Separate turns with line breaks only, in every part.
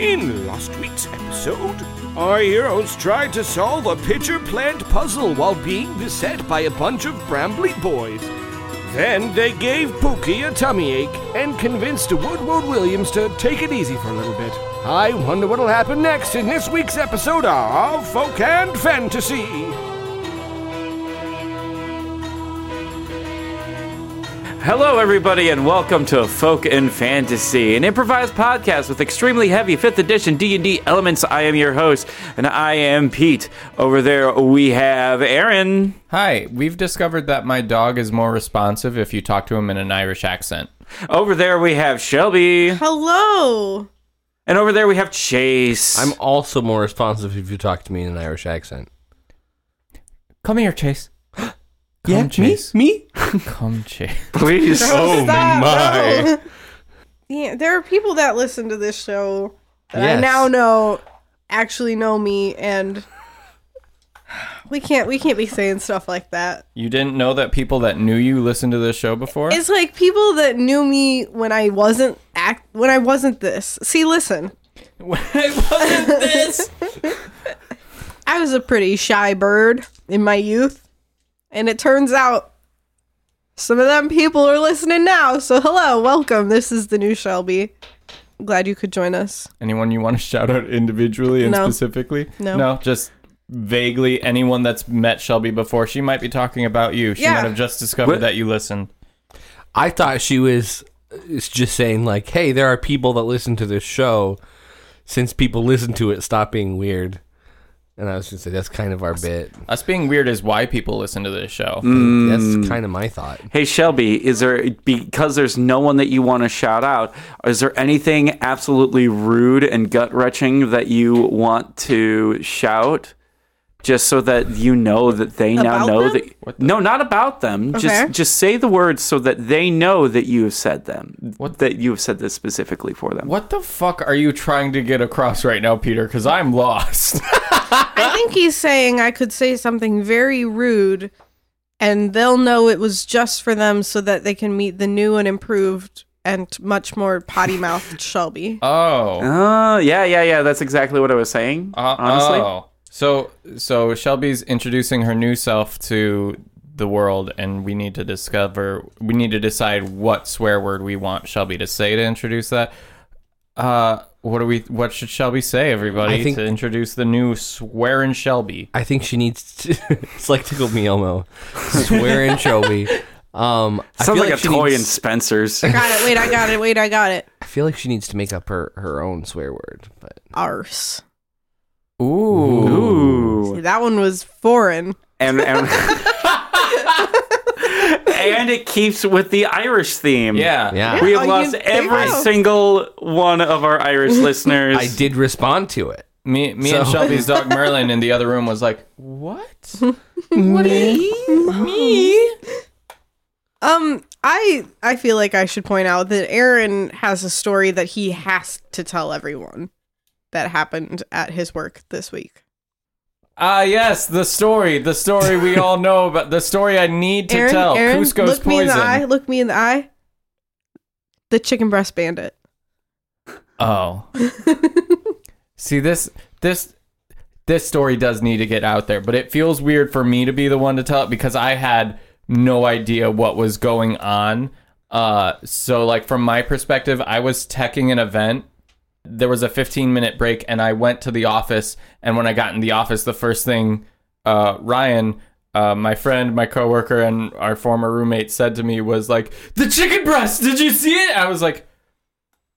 In last week's episode, our heroes tried to solve a pitcher plant puzzle while being beset by a bunch of brambly boys. Then they gave Pookie a tummy ache and convinced Woodward Williams to take it easy for a little bit. I wonder what'll happen next in this week's episode of Folk and Fantasy.
Hello, everybody, and welcome to Folk and Fantasy, an improvised podcast with extremely heavy fifth edition D and D elements. I am your host, and I am Pete. Over there, we have Aaron.
Hi, we've discovered that my dog is more responsive if you talk to him in an Irish accent.
Over there, we have Shelby,
Hello.
and over there, we have Chase.
I'm also more responsive if you talk to me in an Irish accent.
Come here, Chase. Come, Chase.
me?
Come, Chase.
please.
Oh
my.
Yeah, there are people that listen to this show that I
Yes.
now know actually know me, and we can't we can't be saying stuff like that.
You didn't know that people that knew you listened to this show before?
It's like people that knew me when I wasn't act when I wasn't this. See, listen,
it wasn't this.
I was a pretty shy bird in my youth, and it turns out. Some of them people are listening now, so hello, welcome. This is the new Shelby. Glad you could join us.
Anyone you want to shout out individually and
No.
specifically?
No.
No, just vaguely anyone that's met Shelby before. She might be talking about you. She
Yeah.
might have just discovered
What?
that you listened.
I thought she was is just saying like, "Hey, there are people that listen to this show. Since people listen to it, stop being weird." And I was gonna say that's kind of our bit.
Us being weird is why people listen to this show.
Mm.
Mm.
That's kind of my thought.
Hey Shelby, is there because there's no one that you want to shout out? Is there anything absolutely rude and gut wrenching that you want to shout, just so that you know that they now
About
know
them?
that? No, not about them.
Okay.
Just just say the words so that they know that you have said them.
What-
That you have said this specifically for them.
What the fuck are you trying to get across right now, Peter? Because I'm lost.
I think he's saying I could say something very rude and they'll know it was just for them so that they can meet the new and improved and much more potty mouthed Shelby.
Oh.
Oh yeah, yeah, yeah. That's exactly what I was saying.
Uh,
honestly.
oh. So so Shelby's introducing her new self to the world and we need to discover we need to decide what swear word we want Shelby to say to introduce that. Uh what do we what should Shelby say everybody
I think-
to introduce the new swearing Shelby?
I think she needs to. it's like tickled me Elmo, swearing Shelby. Um, I
Sounds
feel
like, a
she
toy
needs-
in Spencer's.
Got it. Wait, I got it. Wait, I got it.
I feel like she needs to make up her her own swear word, but
Arse.
Ooh.
Ooh.
That one was foreign.
and and, and it keeps with the Irish theme.
Yeah.
yeah.
We
Yeah,
have
you-
lost
there you
every
go.
single one of our Irish listeners.
I did respond to it.
Me me and
So-
Shelby's dog Merlin in the other room was like, "What? what
Me? Um, I I feel like I should point out that Aaron has a story that he has to tell everyone that happened at his work this week.
Ah, yes, the story, the story we all know about, the story I need to
Aaron,
tell.
Aaron,
Cusco's
look
poison.
me in the eye. Look me in the eye. The chicken breast bandit.
Oh, see this, this, this story does need to get out there, but it feels weird for me to be the one to tell it because I had no idea what was going on. Uh, so like from my perspective, I was teching an event there was a 15 minute break and I went to the office. And when I got in the office, the first thing uh, Ryan, uh, my friend, my coworker, and our former roommate said to me was like, "The chicken breast! Did you see it?" I was like,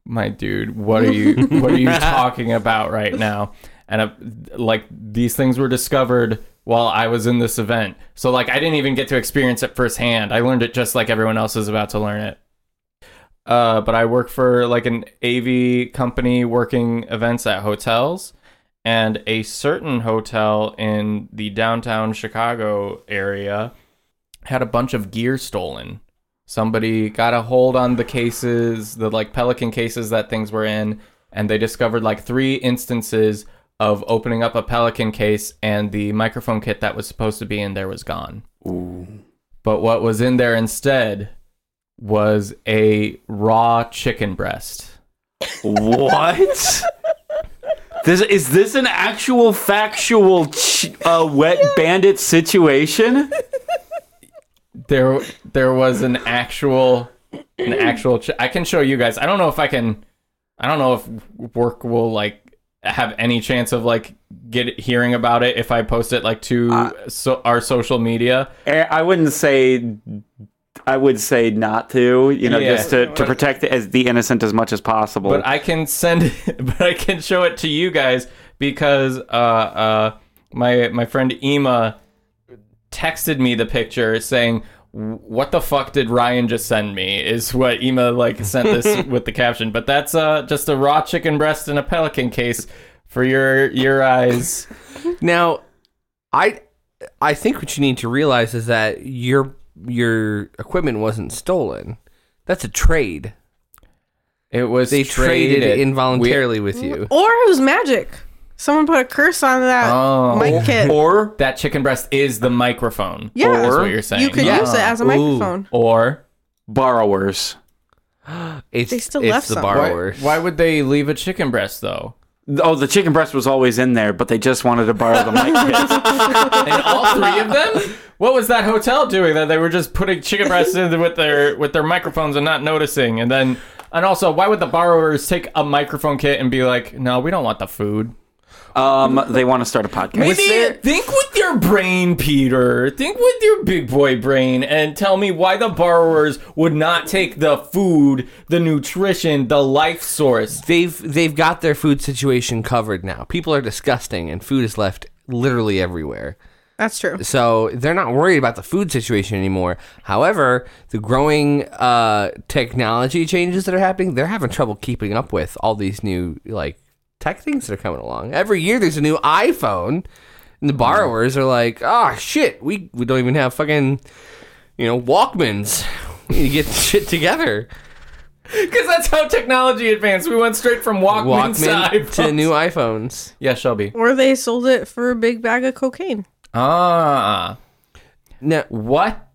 "My dude, what are you? what are you talking about right now?" And uh, like these things were discovered while I was in this event, so like I didn't even get to experience it firsthand. I learned it just like everyone else is about to learn it uh, but I work for like an AV company working events at hotels. And a certain hotel in the downtown Chicago area had a bunch of gear stolen. Somebody got a hold on the cases, the like Pelican cases that things were in, and they discovered like three instances of opening up a Pelican case and the microphone kit that was supposed to be in there was gone. But what was in there instead was a raw chicken breast.
What? This, is this an actual factual ch- uh, wet bandit situation?
There, there was an actual, an actual. Ch- I can show you guys. I don't know if I can. I don't know if work will like have any chance of like get hearing about it if I post it like to so, our social media.
Eh, I wouldn't say. I would say not to, you know,
Yeah.
just to, to protect as the innocent as much as possible.
But I can send it, but I can show it to you guys because uh, uh, my my friend Ema texted me the picture saying, "What the fuck did Ryan just send me?" Is what Ema like sent this with the caption. But that's uh, just a raw chicken breast in a pelican case for your your eyes.
Now, I I think what you need to realize is that your your equipment wasn't stolen. That's a trade.
It was
They traded, it involuntarily with you.
Or it was magic. Someone put a curse on that
Oh.
mic kit.
or
that chicken breast is the microphone.
Yeah.
that's
or
what you're saying.
you could use it as a microphone.
or
borrowers.
It's,
They still
it's
left
the
some.
borrower.
why would they leave a chicken breast though?
Oh, the chicken breast was always in there, but they just wanted to borrow the mic kit.
and all three of them. What was that hotel doing that they were just putting chicken breasts in with their with their microphones and not noticing? And then and also, why would the borrowers take a microphone kit and be like, "No, we don't want the food."
Um, they want to start a podcast.
Maybe think with your brain, Peter. Think with your big boy brain, and tell me why the borrowers would not take the food, the nutrition, the life source.
They've they've got their food situation covered now. People are disgusting, and food is left literally everywhere.
That's true.
So they're not worried about the food situation anymore. However, the growing uh, technology changes that are happening, they're having trouble keeping up with all these new like tech things that are coming along. Every year, there's a new iPhone, and the
Mm-hmm.
borrowers are like, "Ah, shit, we we don't even have fucking you know Walkmans." We need to get shit together.
Because that's how technology advanced. We went straight from Walkman,
Walkman to
iPhones.
new iPhones.
Yeah, Shelby.
Or they sold it for a big bag of cocaine.
Ah,
No,
what?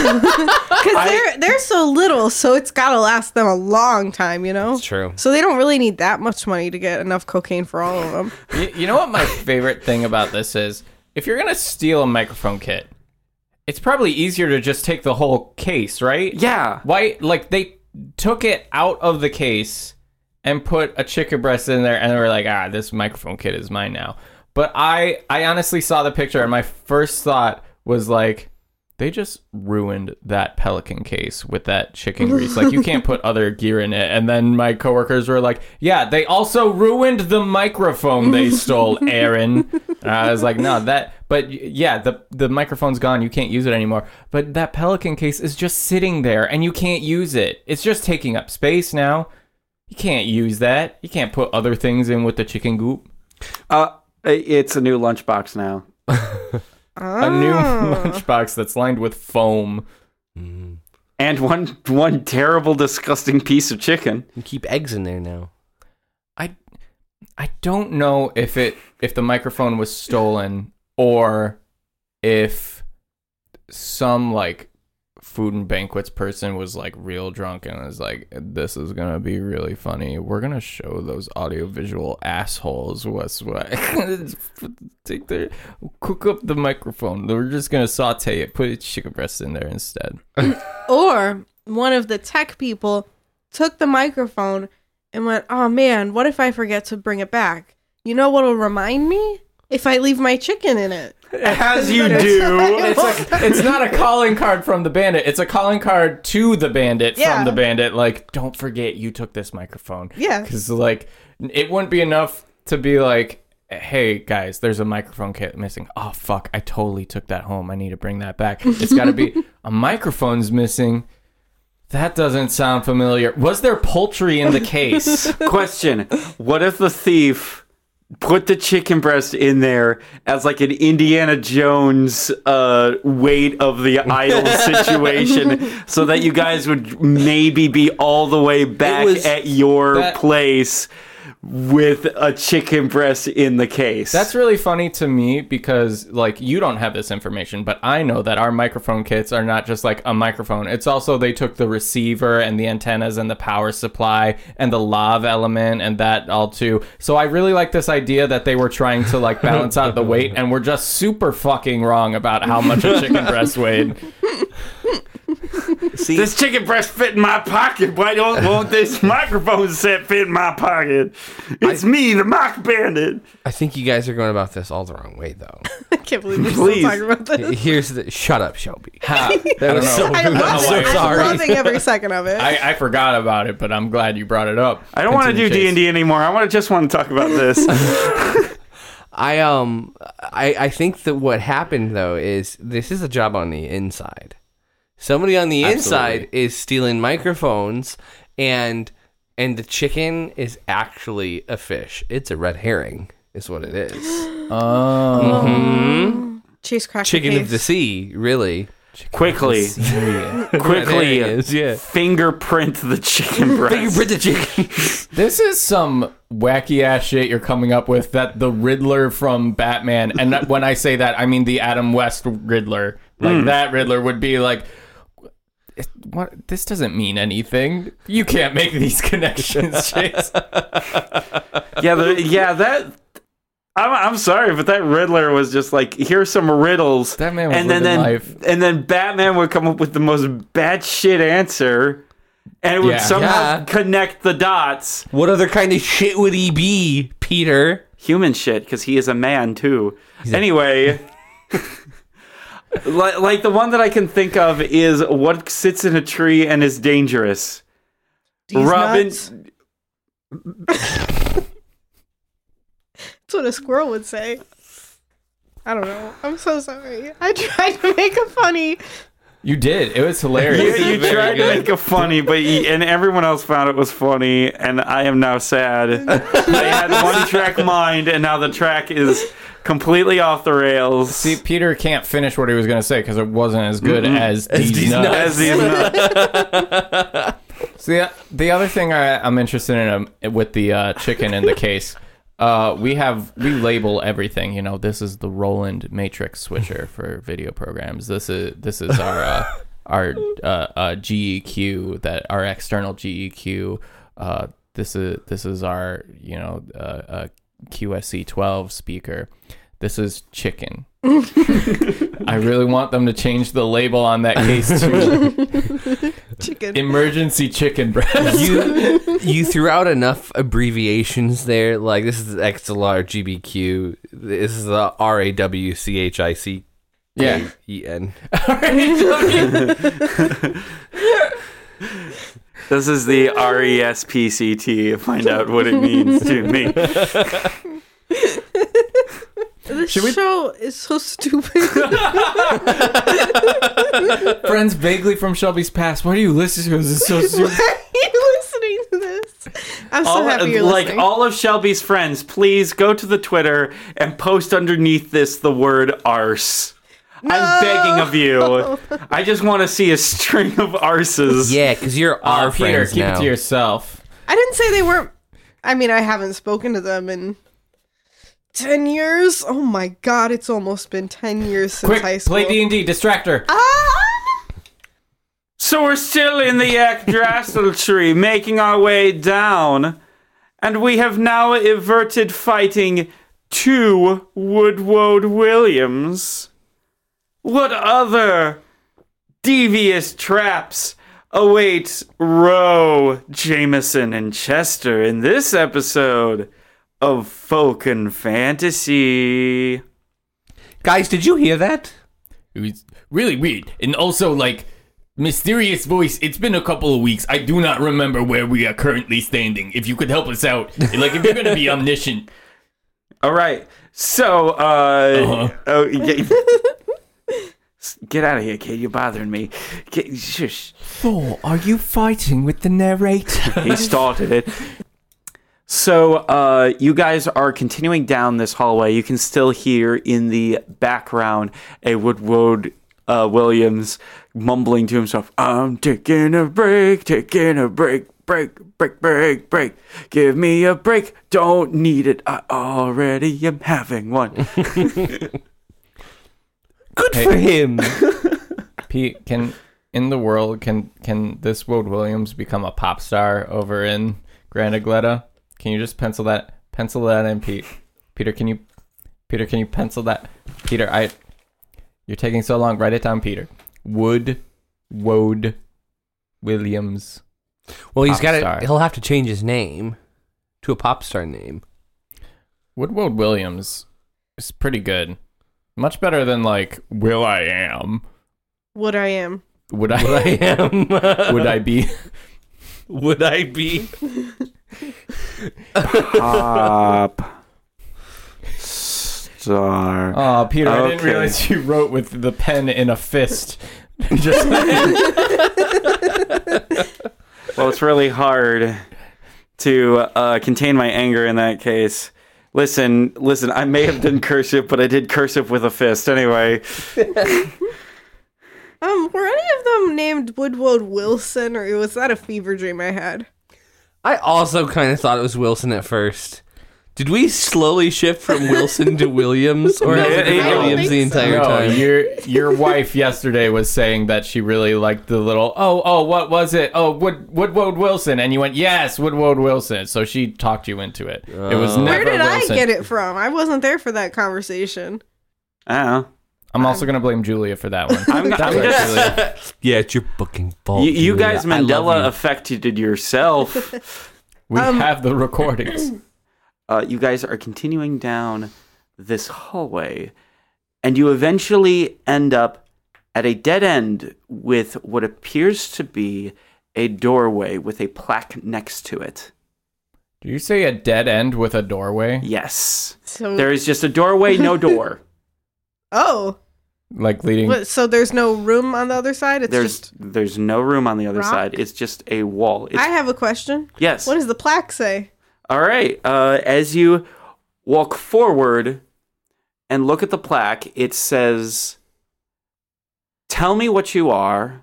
Because they're they're so little, so it's gotta last them a long time, you know.
true.
So they don't really need that much money to get enough cocaine for all of them.
you, you know what my favorite thing about this is? If you're gonna steal a microphone kit, it's probably easier to just take the whole case, right?
Yeah.
Why? Like they took it out of the case and put a chicken breast in there, and they were like, "Ah, this microphone kit is mine now." But I, I honestly saw the picture, and my first thought was like, they just ruined that pelican case with that chicken grease. Like you can't put other gear in it. And then my coworkers were like, "Yeah, they also ruined the microphone they stole, Aaron." And I was like, "No, that." But y- yeah, the the microphone's gone. You can't use it anymore. But that pelican case is just sitting there, and you can't use it. It's just taking up space now. You can't use that. You can't put other things in with the chicken goop.
Uh, it's a new lunchbox now.
A new
Oh.
lunchbox that's lined with foam.
And one one terrible, disgusting piece of chicken.
You keep eggs in there now.
I I don't know if it if the microphone was stolen or if some like food and banquets person was like real drunk and was like this is gonna be really funny we're gonna show those audiovisual assholes what's what take their cook up the microphone we're just gonna saute it put chicken breast in there instead
Or one of the tech people took the microphone and went, "Oh man, what if I forget to bring it back? You know what'll remind me if I leave my chicken in it."
As you do.
it's, a, it's not a calling card from the bandit. It's a calling card to the bandit
Yeah.
from the bandit. Like, don't forget you took this microphone.
Yeah.
Because, like, it wouldn't be enough to be like, hey, guys, there's a microphone kit missing. Oh, fuck. I totally took that home. I need to bring that back. It's got to be a microphone's missing. That doesn't sound familiar. Was there poultry in the case?
Question: What if the thief put the chicken breast in there as like an Indiana Jones uh, weight of the idol situation, so that you guys would maybe be all the way back
was-
at your
that-
place? with a chicken breast in the case.
That's really funny to me because, like, you don't have this information, but I know that our microphone kits are not just like a microphone. It's also they took the receiver and the antennas and the power supply and the lav element and that all too. So I really like this idea that they were trying to like balance out the weight, and we're just super fucking wrong about how much a chicken breast weighed.
See, this chicken breast fit in my pocket. Why don't won't this microphone set fit in my pocket? It's me, the mock bandit.
I think you guys are going about this all the wrong way, though.
I can't believe we're
Please.
still talking about this.
Here's the shut up, Shelby.
Ha, I don't know.
I love
so
it.
sorry.
I'm loving every second of it.
I, I forgot about it, but I'm glad you brought it up.
I don't want to
Continue,
do D
Chase.
and D anymore. I want to just want to talk about this.
I um I I think that what happened though is this is a job on the inside. Somebody on the inside is stealing microphones and and the chicken is actually a fish. It's a red herring is what it is.
Um,
Oh.
Chase cracked
Chicken
the
of the
case.
sea, really.
quickly, quickly,
There it is, yeah.
fingerprint the chicken breast.
the chicken.
This is some wacky ass shit you're coming up with that the Riddler from Batman, and that- when I say that, I mean the Adam West Riddler. Like
Hmm.
that Riddler would be like, "It- what? This doesn't mean anything. You can't make these connections, Chase.
yeah, the, yeah, that. I'm, I'm sorry, but that Riddler was just like, here's some riddles.
That man was
and then,
living
then
life.
and then Batman would come up with the most batshit answer, and it would
Yeah.
somehow
Yeah.
connect the dots.
what other kind of shit would he be, Peter?
Human shit, because he is a man too. Anyway. Li- like the one that I can think of is what sits in a tree and is dangerous.
These
Robin-
nuts. That's what a squirrel would say. I don't know. I'm so sorry. I tried to make a funny.
You did. It was hilarious.
you, you
Very
tried to
good.
make it funny, but you, and everyone else found it was funny, and I am now sad. I had one track mind, and now the track is completely off the rails.
See, Peter can't finish what he was gonna say because it wasn't as good as these
these
nuts.
nuts.
As these nuts.
So the, uh, the other thing I, I'm interested in um, with the uh, chicken in the case, uh, we have we label everything. You know, this is the Roland Matrix switcher for video programs. This is this is our uh, our uh, uh, GEQ that our external GEQ. Uh, this is this is our you know uh, uh, QSC 12 speaker. This is chicken. I really want them to change the label on that case to
Chicken.
emergency chicken breast.
You you threw out enough abbreviations there. Like this is XLR GBQ. This is the R A W C H I C
Yeah.
E N.
This is the R E S P C T. Find out what it means to me.
this
should we-
show is so stupid.
friends vaguely from Shelby's past. Why do you listen to this? It's so
Why
stupid.
are you listening to this? I'm so
All,
happy you're
like
listening.
all of Shelby's friends, please go to the Twitter and post underneath this the word arse. I'm begging of you. I just want to see a string of arses.
Yeah, because you're our
Uh, Peter,
friends
keep
now.
it to yourself.
I didn't say they weren't. I mean, I haven't spoken to them in ten years. Oh my god, it's almost been ten years since high
Quick,
school.
play D and D. Distractor.
Ah!
So we're still in the Yggdrasil tree, making our way down, and we have now averted fighting two Woodwode Williams. What other devious traps await Roe, Jameson, and Chester in this episode of Folk and Fantasy?
Guys, did you hear that?
It was really weird, and also like mysterious voice. It's been a couple of weeks. I do not remember where we are currently standing. If you could help us out, like if you're gonna be omniscient,
All right. So, uh,
Uh-huh.
oh, yeah. S- get out of here, kid. You're bothering me. Get, shush.
Thor, are you fighting with the narrator?
He started it. So, uh, you guys are continuing down this hallway. You can still hear in the background a Woodward uh, Williams mumbling to himself, I'm taking a break, taking a break. break, break, break, break. Give me a break. Don't need it. I already am having one.
Good
Hey.
for him.
Pete, can in the world can can this Woad Williams become a pop star over in Grand Isleta? Can you just pencil that pencil that in, Pete? Peter, can you Peter, can you pencil that? Peter, I you're taking so long. Write it down, Peter. Wood Woad Williams.
Well, he's
Pop
got
star.
to. He'll have to change his name to a pop star name.
Wood Woad Williams is pretty good. Much better than like Will I Am.
What I am.
Would I
Would I am?
would I be
Would I be?
Pop star.
Oh, Peter, I didn't
Okay.
realize you wrote with the pen in a fist. Just
Well, it's really hard to uh, contain my anger in that case. Listen, listen, I may have done cursive, but I did cursive with a fist anyway.
Um, were any of them named Woodward Wilson, or was that a fever dream I had?
I also kind of thought it was Wilson at first. Did we slowly shift from Wilson to Williams, or
No,
has it
I
been
don't
Williams
think
the
so.
entire
no,
time?
your your wife yesterday was saying that she really liked the little oh oh what was it oh Wood Woodward Wilson and you went yes Woodward Wilson so she talked you into it. It was
Oh.
never
Where did
Wilson.
I get it from? I wasn't there for that conversation.
I don't know.
I'm also gonna blame Julia for that one.
I'm-
That's
I'm
right,
just-
Julia.
Yeah, it's your fucking fault.
You, you guys
Julia. I love
Mandela
you.
affected yourself.
We
Um,
have the recordings.
uh, you guys are continuing down this hallway, and you eventually end up at a dead end with what appears to be a doorway with a plaque next to it.
Do you say a dead end with a doorway
Yes.
So
There is just a doorway, no door.
oh,
like leading?
what, so there's no room on the other side. It's
there's
just.
there's no room on the other
rock?
side. It's just a wall. It's,
I have a question.
yes.
What does the plaque say?
All right. Uh, as you walk forward and look at the plaque, it says, "Tell me what you are,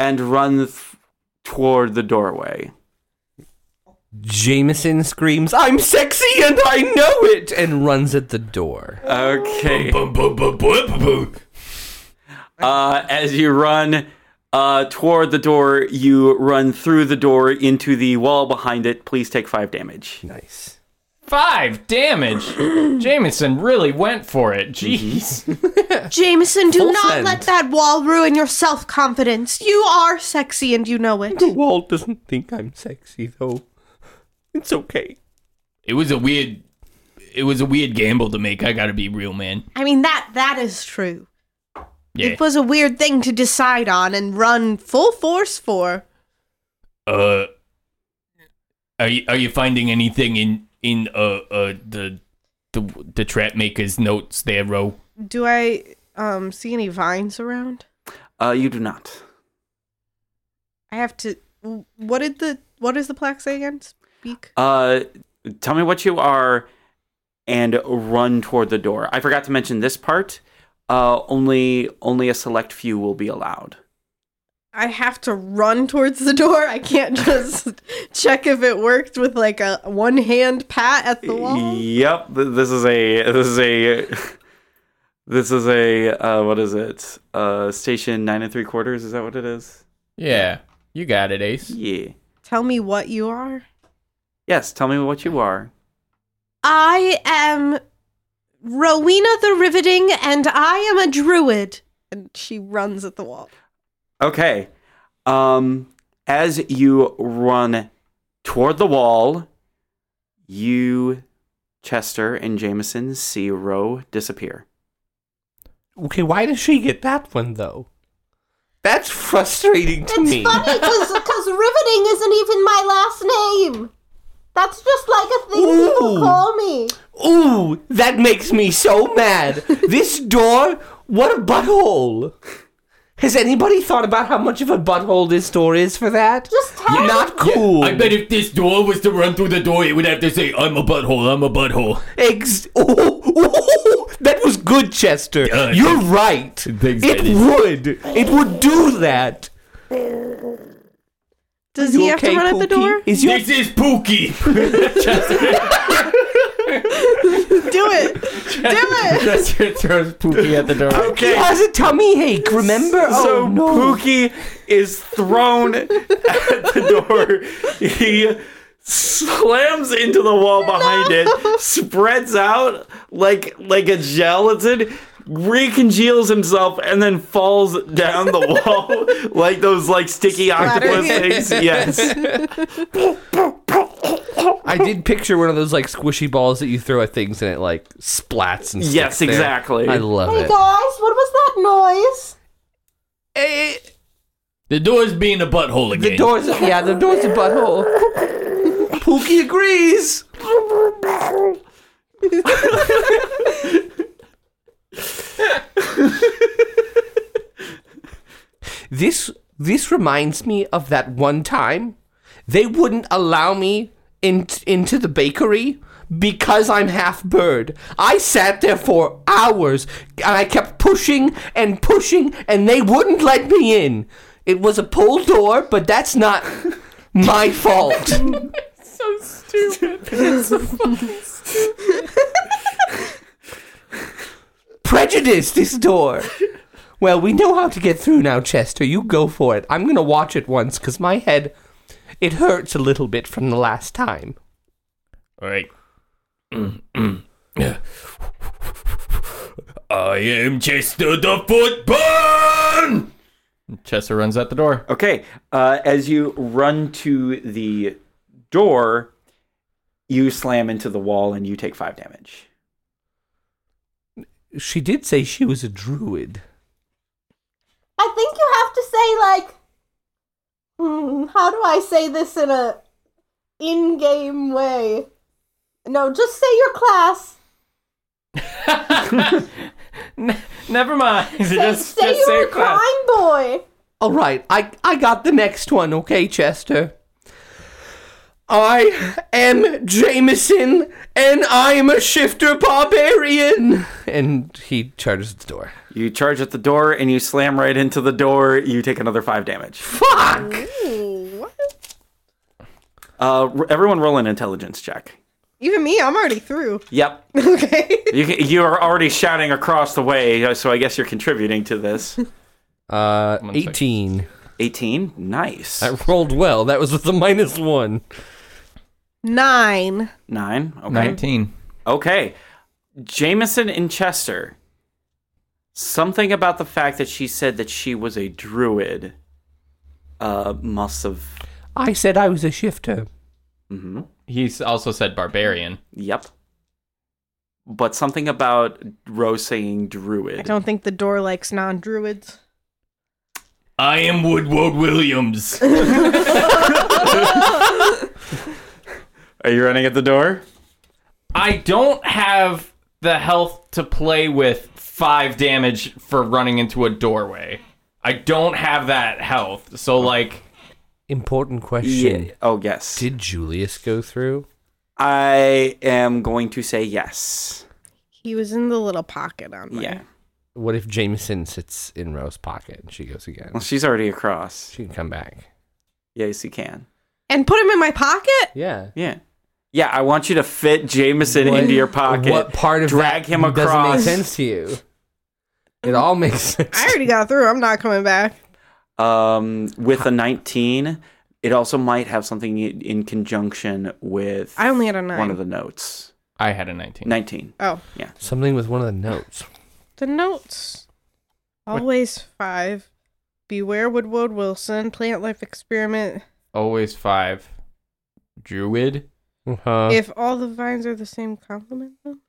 and run th- toward the doorway."
Jameson screams, "I'm sexy and I know it!" and runs at the door.
Okay. Uh, as you run uh, toward the door, you run through the door into the wall behind it. Please take five damage.
Nice.
Five damage. Jameson really went for it. Jeez.
Jameson, do
Full
not
send.
let that wall ruin your self confidence. You are sexy and you know it.
Walt doesn't think I'm sexy though. It's okay.
it was a weird it was a weird gamble to make i gotta be real man
I mean that that is true.
yeah
It was a weird thing to decide on and run full force for.
uh are you are you finding anything in in uh uh the the, the trap maker's notes there ro
Do I um see any vines around?
Uh, you do not.
I have to. What did the what does the plaque say again? Speak.
Uh, tell me what you are and run toward the door. I forgot to mention this part. Uh, only only a select few will be allowed.
I have to run towards the door. I can't just check if it worked with like a one hand pat at the
E-
wall.
Yep, th- this is a this is a this is a uh, what is it? Uh, station nine and three quarters. Is that what it is?
yeah you got it ace
Yeah.
Tell me what you are.
Yes. Tell me what you are.
I am Rowena the Riveting, and I am a druid. And she runs at the wall.
Okay. Um, as you run toward the wall, you, Chester, and Jameson see Roe disappear.
Okay, why does she get that one though? That's frustrating to me.
because riveting isn't even my last name. That's just like a thing
people Ooh. call
me.
Ooh, that makes me so mad. this door, what a butthole. Has anybody thought about how much of a butthole this door is for that? Just tell Not cool.
if this door was to run through the door it would have to say i'm a butthole i'm a butthole
Ex- ooh, ooh, that was good, Chester.
Yeah, I
You're right.
Thanks,
It
Eddie.
would. It would do that.
Does he have to run at the door?
Is your
is Pookie.
Do it. Do it.
Chester throws Pookie at the door.
he
Okay.
has a tummy ache? Remember?
So
oh no!
Pookie is thrown at the door. He slams into the wall behind it, spreads out like like a gelatin, recongeals himself, and then falls down the wall like those like sticky octopus things. Yes.
I did picture one of those like squishy balls that you throw at things and it like splats and.
Yes,
sticks there.
exactly.
I love
Hey
it.
guys, what was that noise?
Eh,
The door's being a butthole again.
the doors, yeah, the door's a butthole.
Pookie agrees.
This this reminds me of that one time they wouldn't allow me in, into the bakery because I'm half bird. I sat there for hours and I kept pushing and pushing and they wouldn't let me in. It was a pull door, but that's not my fault. prejudice this door. Well, we know how to get through now, Chester. You go for it. I'm gonna watch it once because my head, it hurts a little bit from the last time.
All right. I am Chester the Footburn!
Chester runs out the door.
Okay. Uh, as you run to the door, you slam into the wall and you take five damage.
She did say she was a druid.
I think you have to say like, hmm, how do I say this in a in-game way? No, just say your class.
Never mind.
Say,
just
say
just
you're a
say class.
crime boy.
All right, I I got the next one, okay, Chester. I am Jameson, and I'm a shifter barbarian. And he charges the door.
You charge at the door and you slam right into the door. You take another five damage.
Fuck!
Uh, r- everyone, roll an intelligence check.
Even me, I'm already through.
Yep.
Okay.
You ca- you are already shouting across the way, uh, so I guess you're contributing to this.
Uh,
One second.
eighteen.
Eighteen. Nice.
That rolled well. That was with the minus one.
Nine.
Nine. Okay.
Nineteen.
Okay. Jameson and Chester. Something about the fact that she said that she was a druid uh, must have.
I said I was a shifter.
mhm.
He s- also said barbarian.
Yep. But something about Rose saying
I
druid.
don't think the door likes non druids.
I am Woodward Williams.
Are you running at the door?
I don't have the health to play with five damage for running into a doorway. I don't have that health. So like
Important question.
Oh, yes.
Did Julius go through?
I am going to say yes.
He was in the little pocket on my.
Yeah.
What if Jameson sits in Rose's pocket and she goes again?
Well, she's already across.
She can come back.
Yes, you can.
And put him in my pocket?
Yeah.
Yeah. Yeah, I want you to fit Jameson into your pocket.
What part of
drag
that
him
doesn't make
across?
sense to you? It all makes sense.
I already got through. I'm not coming back.
Um, with a 19, it also might have something i- in conjunction with
I only had a nine.
one of the notes.
I had a nineteen.
19.
Oh,
Something with one of the notes.
the notes. Always five. Beware Woodward Wilson. Plant life experiment.
Always five. Druid.
Uh-huh.
if all the vines are the same, compliment them.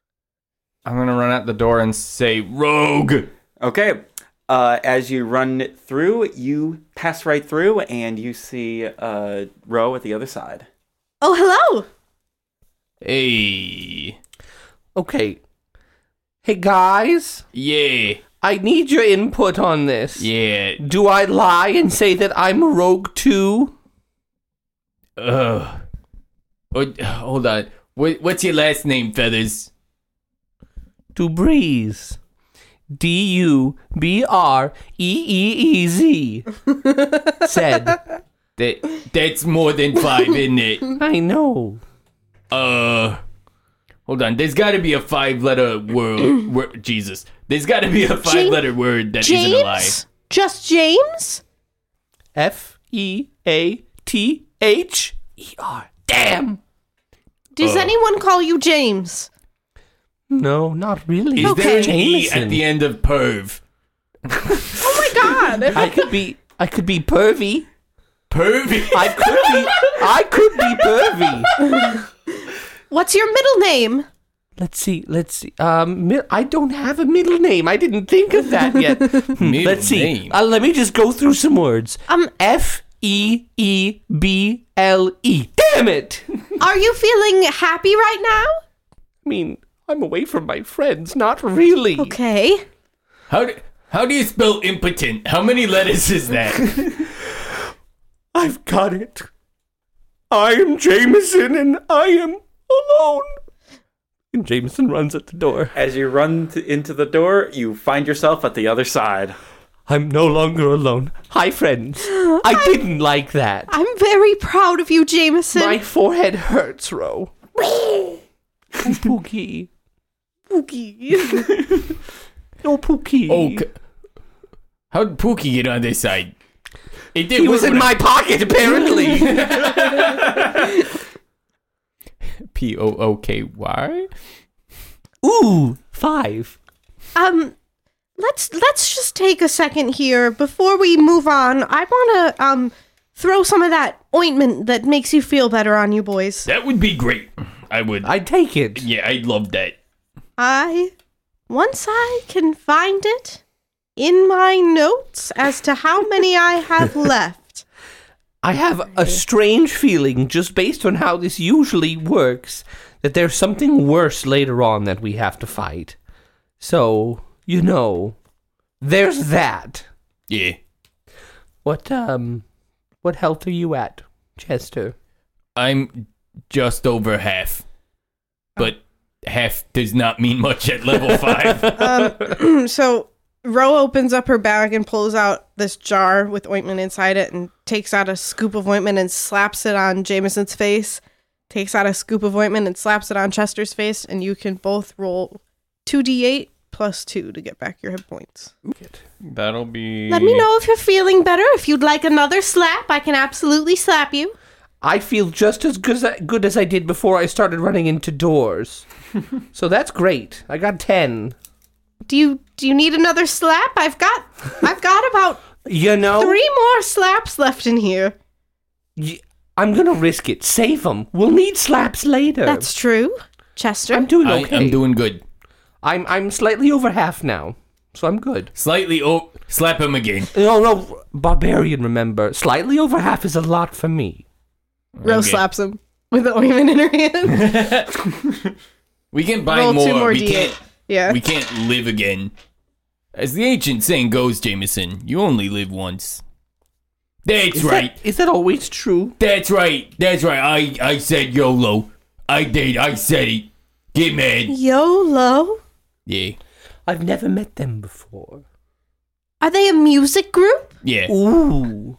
I'm gonna run out the door and say rogue.
Okay. Uh, as you run through, you pass right through and you see uh, Row at the other side.
Oh, hello.
Hey.
okay. Hey guys,
Yeah.
I need your input on this.
Yeah.
Do I lie and say that I'm a rogue too?
Ugh. What- Hold on. What, what's your last name, Feathers?
Dubreeze. D U B R E E E Z. Said,
That that's more than five, isn't it?
I know.
Uh, hold on. There's got to be a five-letter word. word- Jesus, there's got to be a five-letter word that not a lie.
James? Just James?
F E A T H E R. Damn.
Does anyone call you James?
No, not really.
Is there an
Okay.
e at the end of perv?
Oh my god.
I could be. I could be pervy.
Perv.
I could be. I could be pervy.
What's your middle name?
Let's see. Let's see. Um, mi- I don't have a middle name. I didn't think of that yet. Hmm,
Middle
let's see.
name.
Uh, let me just go through some words.
Um,
F E E B L E. Damn it! I
are you feeling happy right
mean, I'm away from my friends. Not really.
now? Okay.
How do, how do you spell impotent? How many letters is that?
I've got it. I am Jameson, and I am alone. And Jameson runs at the door.
As you run t- into the door, you find yourself at the other side.
I'm no longer alone. Hi, friends. I didn't like that.
I'm very proud of you, Jameson.
My forehead hurts, Ro. Pookie.
Boogie.
No Pookie.
oh, c- how did Pookie get on this side? It did
he was in my pocket, apparently.
P O O K Y.
Ooh, five.
um let's let's just take a second here before we move on. I want to um throw some of that ointment that makes you feel better on you boys.
That would be great. I would.
I take it.
yeah, I'd love that.
I, once I can find it in my notes as to how many I have left.
I have a strange feeling, just based on how this usually works, that there's something worse later on that we have to fight. So, you know, there's that.
Yeah.
What, um, what health are you at, Chester?
I'm just over half, but half does not mean much at level five.
so Ro opens up her bag and pulls out this jar with ointment inside it and takes out a scoop of ointment and slaps it on Jameson's face. Takes out a scoop of ointment and slaps it on Chester's face, and you can both roll 2d8 plus 2 to get back your hit points.
That'll be.
Let me know if you're feeling better. If you'd like another slap, I can absolutely slap you.
I feel just as good as, good as I did before I started running into doors. so that's great. I got 10.
Do you do you need another slap? I've got I've got about
You know,
three more slaps left in here.
y- I'm going to risk it. Save them. We'll need slaps later.
That's true. Chester.
I'm doing
I,
okay.
I'm doing good.
I'm I'm slightly over half now, so I'm good.
Slightly. Oh, slap him again.
No, no, barbarian. Remember, slightly over half is a lot for me.
Rose
Okay.
slaps him with the ointment in her hand.
We can buy
Roll
more.
two more
we
d8.
can't.
Yeah.
We can't live again. As the ancient saying goes, Jameson, you only live once. That's
Is
right.
That, is that always true?
That's right. That's right. I, I said YOLO. I did. I said it. Get mad.
YOLO.
Yeah.
I've never met them before.
Are they a music group?
Yeah.
Ooh,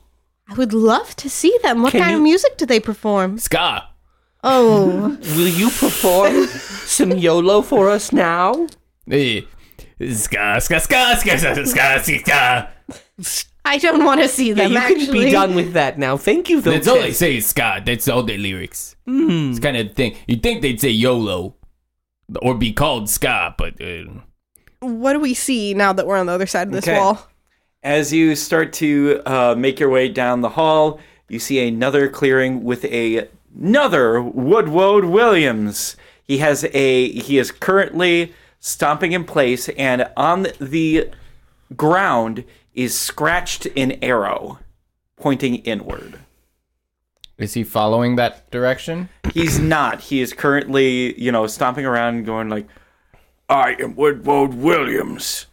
I would love to see them. What
Can
kind of
you-
music do they perform?
Ska.
Oh,
will you perform some YOLO for us now?
Yeah. Eh. Ska, ska, ska, ska, ska, ska, ska.
I don't want to see
Yeah,
them.
you
actually,
can be done with that now. Thank you, though.
That's all
Ted.
they say is ska. That's all their lyrics.
Hmm.
It's kind of thing. You'd think they'd say YOLO or be called ska, but uh,
What do we see now that we're on the other side of this
Okay.
wall?
As you start to uh, make your way down the hall, you see another clearing with a, another Woodwode Williams. He has a he is currently stomping in place, and on the ground is scratched an arrow pointing inward.
Is he following that direction?
He's not. He is currently, you know, stomping around and going like, "I am Woodward Williams,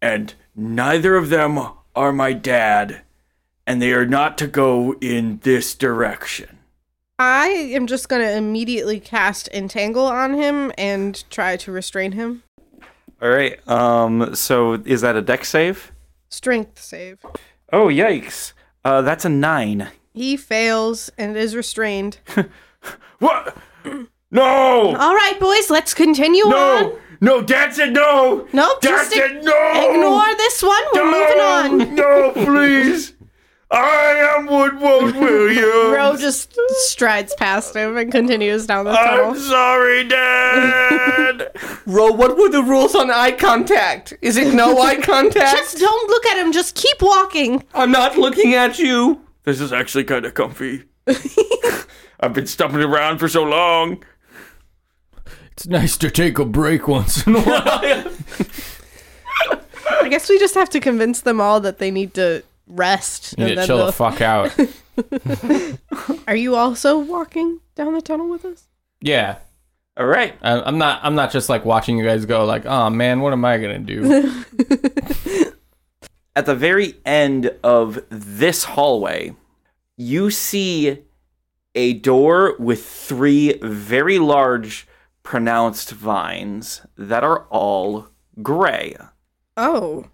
and neither of them are my dad, and they are not to go in this direction."
I am just going to immediately cast Entangle on him and try to restrain him.
All right. Um. So is that a deck save?
Strength save.
Oh yikes! Uh, that's a nine.
He fails and is restrained.
What? No!
All right, boys, let's continue on.
No! No, that's it, no!
Nope,
That's
just ig-
it, no!
ignore this one. We're moving on.
No, please! I am what won't will you?
Ro just strides past him and continues down the tunnel.
I'm sorry, Dad!
Ro, what were the rules on eye contact? Is it no eye contact?
Just don't look at him. Just keep walking.
I'm not looking at you.
this is actually kind of comfy. I've been stumping around for so long.
It's nice to take a break once in a while.
I guess we just have to convince them all that they need to rest.
You need to chill the
they'll-
fuck out.
Are you also walking down the tunnel with us?
yeah.
All right.
I, I'm not. I'm not just like watching you guys go. Like, oh man, what am I gonna do?
at the very end of this hallway, you see a door with three very large, pronounced vines that are all gray.
Oh,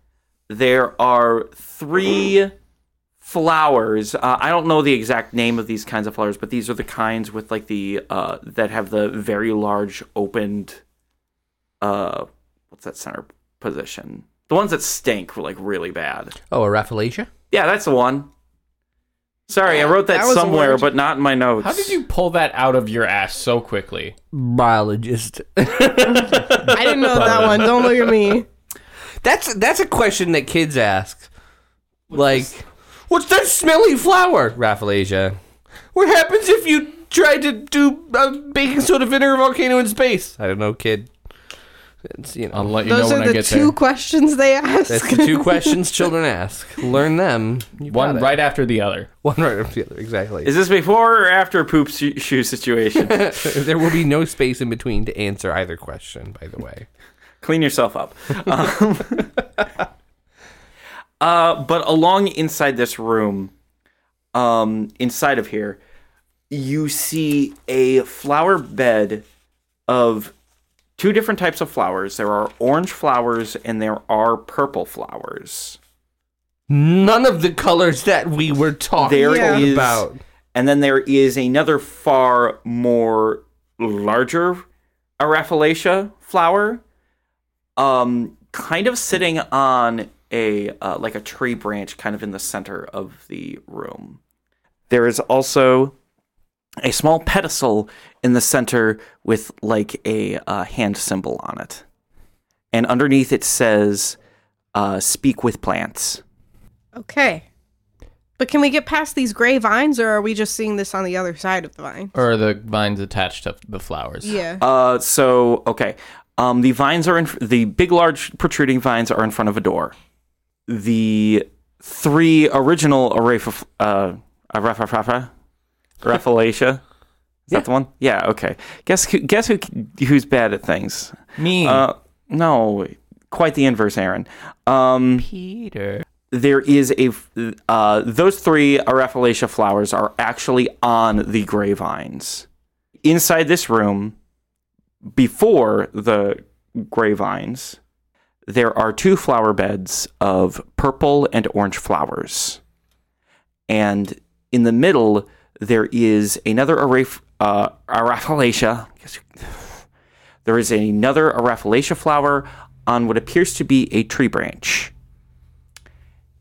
There are three flowers. Uh, I don't know the exact name of these kinds of flowers, but these are the kinds with like the uh, that have the very large opened. Uh, what's that center position? The ones that stink like really bad.
Oh, a Raffalacia?
Yeah, that's the one. Sorry, I wrote that,
that was a
somewhere,
word.
but not in my notes.
How did you pull that out of your ass so quickly?
Biologist.
I didn't know that one. Don't look at me.
That's that's a question that kids ask. Like, what's that smelly flower, Rafflesia? What happens if you try to do a baking soda vinegar volcano in space? I don't know, kid. It's you know,
I'll let you
Those
know
are
when I
the
get
two
there.
questions they ask.
that's the two questions children ask. Learn them. You got
One
it.
right after the other.
one right after the other. Exactly.
Is this before or after poop sh- shoe situation?
there will be no space in between to answer either question. By the way,
Clean yourself up. Um, uh, but along inside this room, um, inside of here, you see a flower bed of two different types of flowers. There are orange flowers and there are purple flowers.
none of the colors that we were talking
There
Yeah.
is-
about.
And then there is another far more larger Araphalacia flower, um, kind of sitting on a uh, like a tree branch, kind of in the center of the room. There is also a small pedestal in the center with like a uh, hand symbol on it, and underneath it says, uh, "Speak with plants."
Okay. But can we get past these gray vines, or are we just seeing this on the other side of the vine?
Or the vines attached to the flowers.
Yeah.
Uh, so okay, um, the vines are in the big, large, protruding vines are in front of a door. The three original Araf- uh, Arafafrafa, Raffalacia. Is that the one? Yeah. Okay. Guess who? Guess who? Who's bad at things?
Me.
Uh, no, quite the inverse, Aaron. Um,
Peter.
there is a uh, those three Araphalacia flowers are actually on the gray vines inside this room. Before the gray vines, there are two flower beds of purple and orange flowers, and in the middle there is another Araf- uh, Araphalacia. There is another Araphalacia flower on what appears to be a tree branch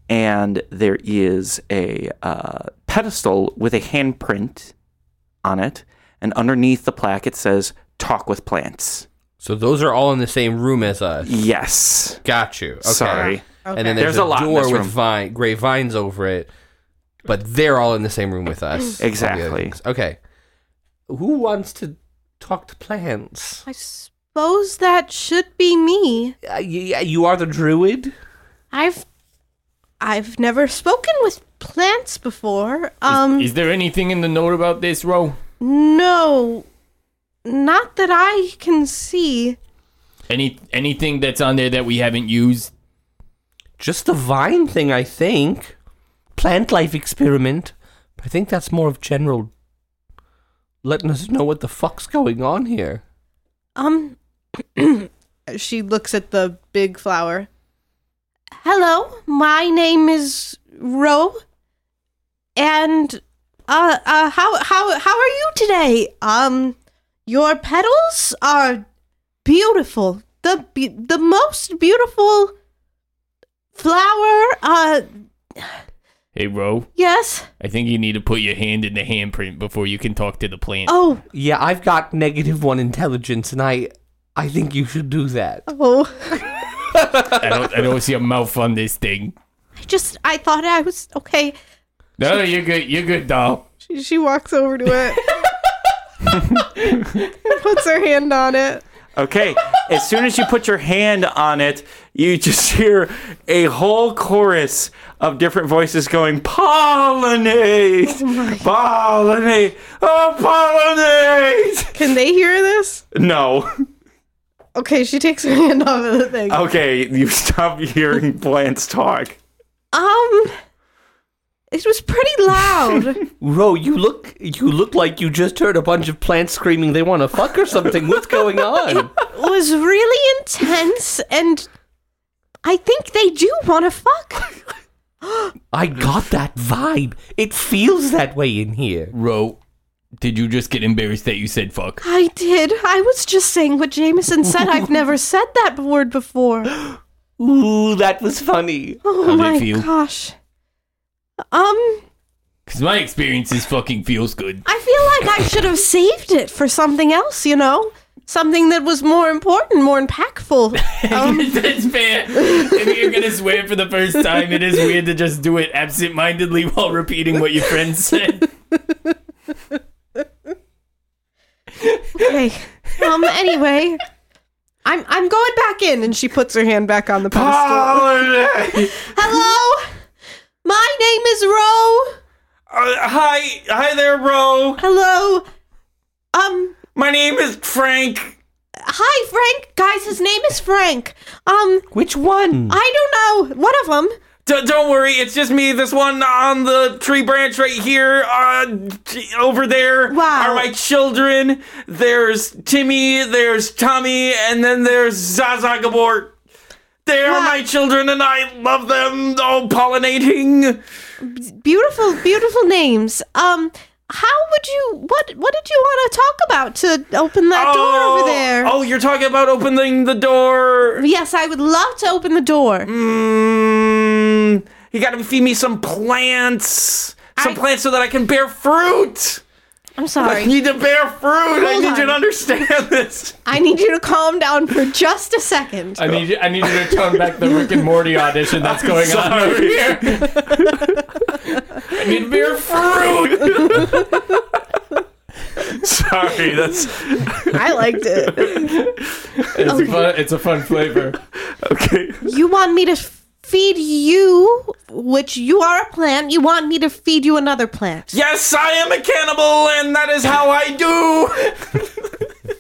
and there is a uh, pedestal with a handprint on it, and underneath the plaque it says "Talk with Plants."
So those are all in the same room as us.
Yes,
Got you. Okay.
sorry.
And then
Okay.
there's,
There's
a,
a lot in
door
this
with
room.
vine, gray vines over it, but they're all in the same room with us.
Exactly.
All the other things. Okay. Who wants to talk to plants?
I suppose that should be me.
Uh, you, you are the druid.
I've I've never spoken with plants before. Um
Is there anything in the note about this, Ro?
no. Not that I can see.
Any anything that's on there that we haven't used?
Just the vine thing, I think. Plant life experiment. I think that's more of general letting us know what the fuck's going on here.
Um she looks at the big flower. Hello, my name is Ro and uh, uh, how how how are you today? Um, your petals are beautiful. The be- the most beautiful flower. Uh,
Hey, Ro,
yes.
I think you need to put your hand in the handprint before you can talk to the plant.
Oh,
Yeah, I've got negative one intelligence, and I, I think you should do that.
oh.
I don't, I don't see a mouth on this thing.
I just I thought I was okay.
No, no, you're good. You're good, doll.
She, she walks over to it. puts her hand on it.
Okay, as soon as you put your hand on it, you just hear a whole chorus of different voices going, Pollinate!
Oh
pollinate! Oh, pollinate!
Can they hear this?
No.
Okay, she takes her hand off of the thing.
Okay, you stop hearing plants talk.
Um, it was pretty loud.
Ro, you look, you look like you just heard a bunch of plants screaming they want to fuck or something. What's going on?
was really intense, and I think they do want to fuck.
I got that vibe. It feels that way in here.
Ro, did you just get embarrassed that you said fuck?
I did. I was just saying what Jameson said. I've never said that word before.
Ooh, that was funny.
Oh
How'd it
my
feel?
gosh. Um,
Because my experience is fucking feels good.
I feel like I should have saved it for something else. You know, something that was more important, more impactful. Um,
That's fair. If you're gonna swear for the first time, it is weird to just do it absent-mindedly while repeating what your friend said.
okay. Um. Anyway. I'm, I'm going back in, and she puts her hand back on the
Ah!
pedestal.
Pollinate!
Hello, my name is Ro.
Uh, hi, hi there, bro.
Hello. Um,
My name is Frank.
hi, Frank. Guys, his name is Frank. Um,
Which one?
I don't know. One of them.
D- don't worry, it's just me. This one on the tree branch right here, uh, t- over there
Wow.
are my children. There's Timmy, there's Tommy, and then there's Zaza Gabor. They are
Wow.
my children, and I love them. Oh, pollinating.
Beautiful, beautiful names. Um, how would you? What What did you want to talk about to open that door
oh,
over there?
Oh, you're talking about opening the door.
Yes, I would love to open the door.
Mm, you gotta feed me some plants. Some
I-
plants so that I can bear fruit.
I'm
I
sorry.
need to bear fruit. I
Hold
need you
on.
to understand this.
I need you to calm down for just a second.
I need you, I need you to tone back the Rick and Morty audition that's going on over
sorry.
here. I need beer
fruit. Sorry, that's
I liked it.
It's, fun, it's a fun flavor.
okay.
You want me to feed you, which you are a plant. You want me to feed you another plant.
Yes, I am a cannibal, and that is how I do.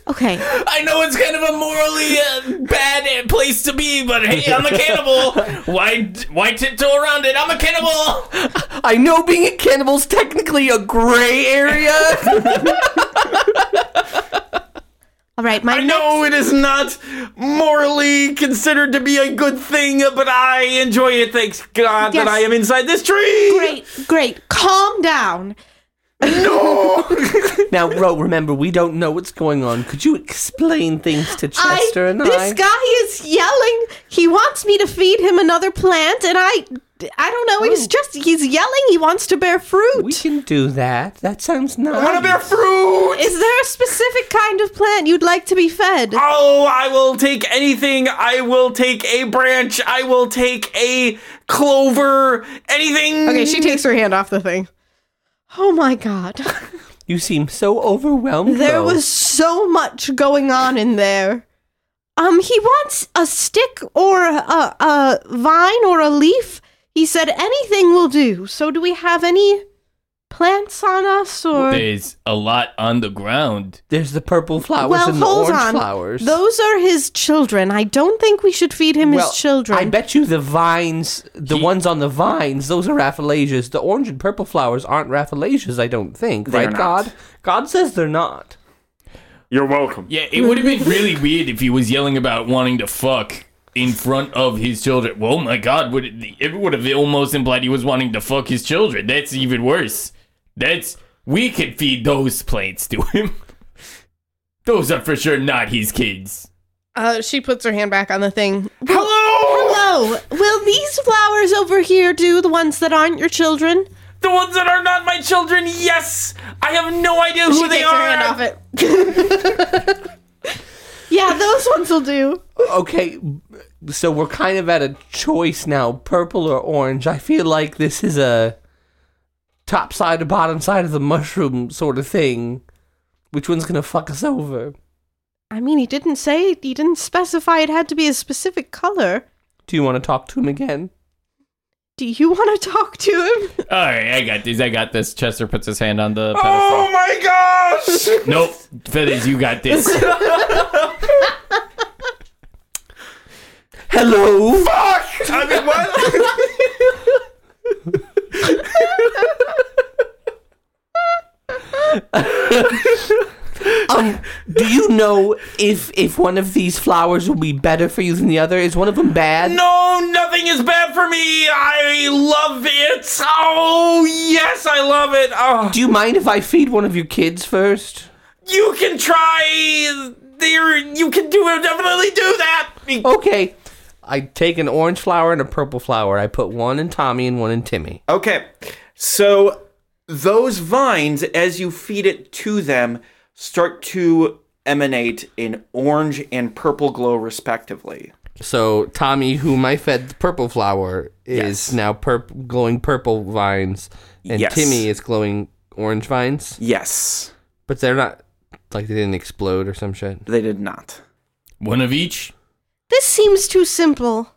Okay.
I know it's kind of a morally uh, bad place to be, but hey, I'm a cannibal. Why why tiptoe around it? I'm a cannibal.
I know being a cannibal's technically a gray area.
All right. My
I know it is not morally considered to be a good thing, but I enjoy it. Thanks God
Yes.
that I am inside this tree.
great, great. Calm down.
now, Ro, remember we don't know what's going on. Could you explain things to Chester
I,
and
this
I?
guy is yelling. He wants me to feed him another plant, and I, I don't know. He's just he's yelling. He wants to bear fruit.
Oh. we can do that. That sounds nice.
I want to bear fruit.
is there a specific kind of plant you'd like to be fed?
Oh, I will take anything. I will take a branch. I will take a clover. Anything.
takes her hand off the thing. Oh my god.
You seem so overwhelmed.
There
Ro.
was so much going on in there. Um, he wants a stick or a, a vine or a leaf. He said anything will do. So, do we have any plants on us or?
There's a lot on the ground.
There's the purple flowers
well,
and the
hold
orange
on.
flowers.
Those are his children. I don't think we should feed him
Well,
his children.
I bet you the vines, the ones on the vines, those are raffalasias. The orange and purple flowers aren't raffalasias, I don't think.
They are
right,
not.
God? God says they're not.
You're welcome.
Yeah, it would have been really weird if he was yelling about wanting to fuck in front of his children. Well, my God, would it, it would have almost implied he was wanting to fuck his children. That's even worse.
That's we could feed those plants to him. Those are for sure not his kids.
Uh, she puts her hand back on the thing.
Hello,
Hello. Will these flowers over here do the ones that aren't your children?
the ones that are not my children. Yes, I have no idea who
she
they
takes her hand
are.
off it.
Yeah, those ones will do.
Okay, so we're kind of at a choice now, purple or orange. I feel like this is a top side or bottom side of the mushroom sort of thing. Which one's gonna fuck us over?
I mean, he didn't say, he didn't specify it had to be a specific color.
Do you want to talk to him again?
Do you want to talk to him?
All right, I got this. I got this.
This Chester puts his hand on the pedestal.
Oh my gosh!
Nope, Feathers, you got this.
Hello.
I mean, what?
Um, do you know if if one of these flowers will be better for you than the other? Is one of them bad?
No, nothing is bad for me. I love it. Oh, yes, I love it. Oh,
Do you mind if I feed one of your kids first?
you can try. There, you can do definitely do that.
Okay. I take an orange flower and a purple flower. I put one in Tommy and one in Timmy.
Okay. So those vines, as you feed it to them, start to emanate in orange and purple glow, respectively.
So Tommy, whom I fed the purple flower, is
Yes.
now purp glowing purple vines, and
Yes.
Timmy is glowing orange vines.
Yes,
But they're not like they didn't explode or some shit.
they did not.
One of each.
This seems too simple.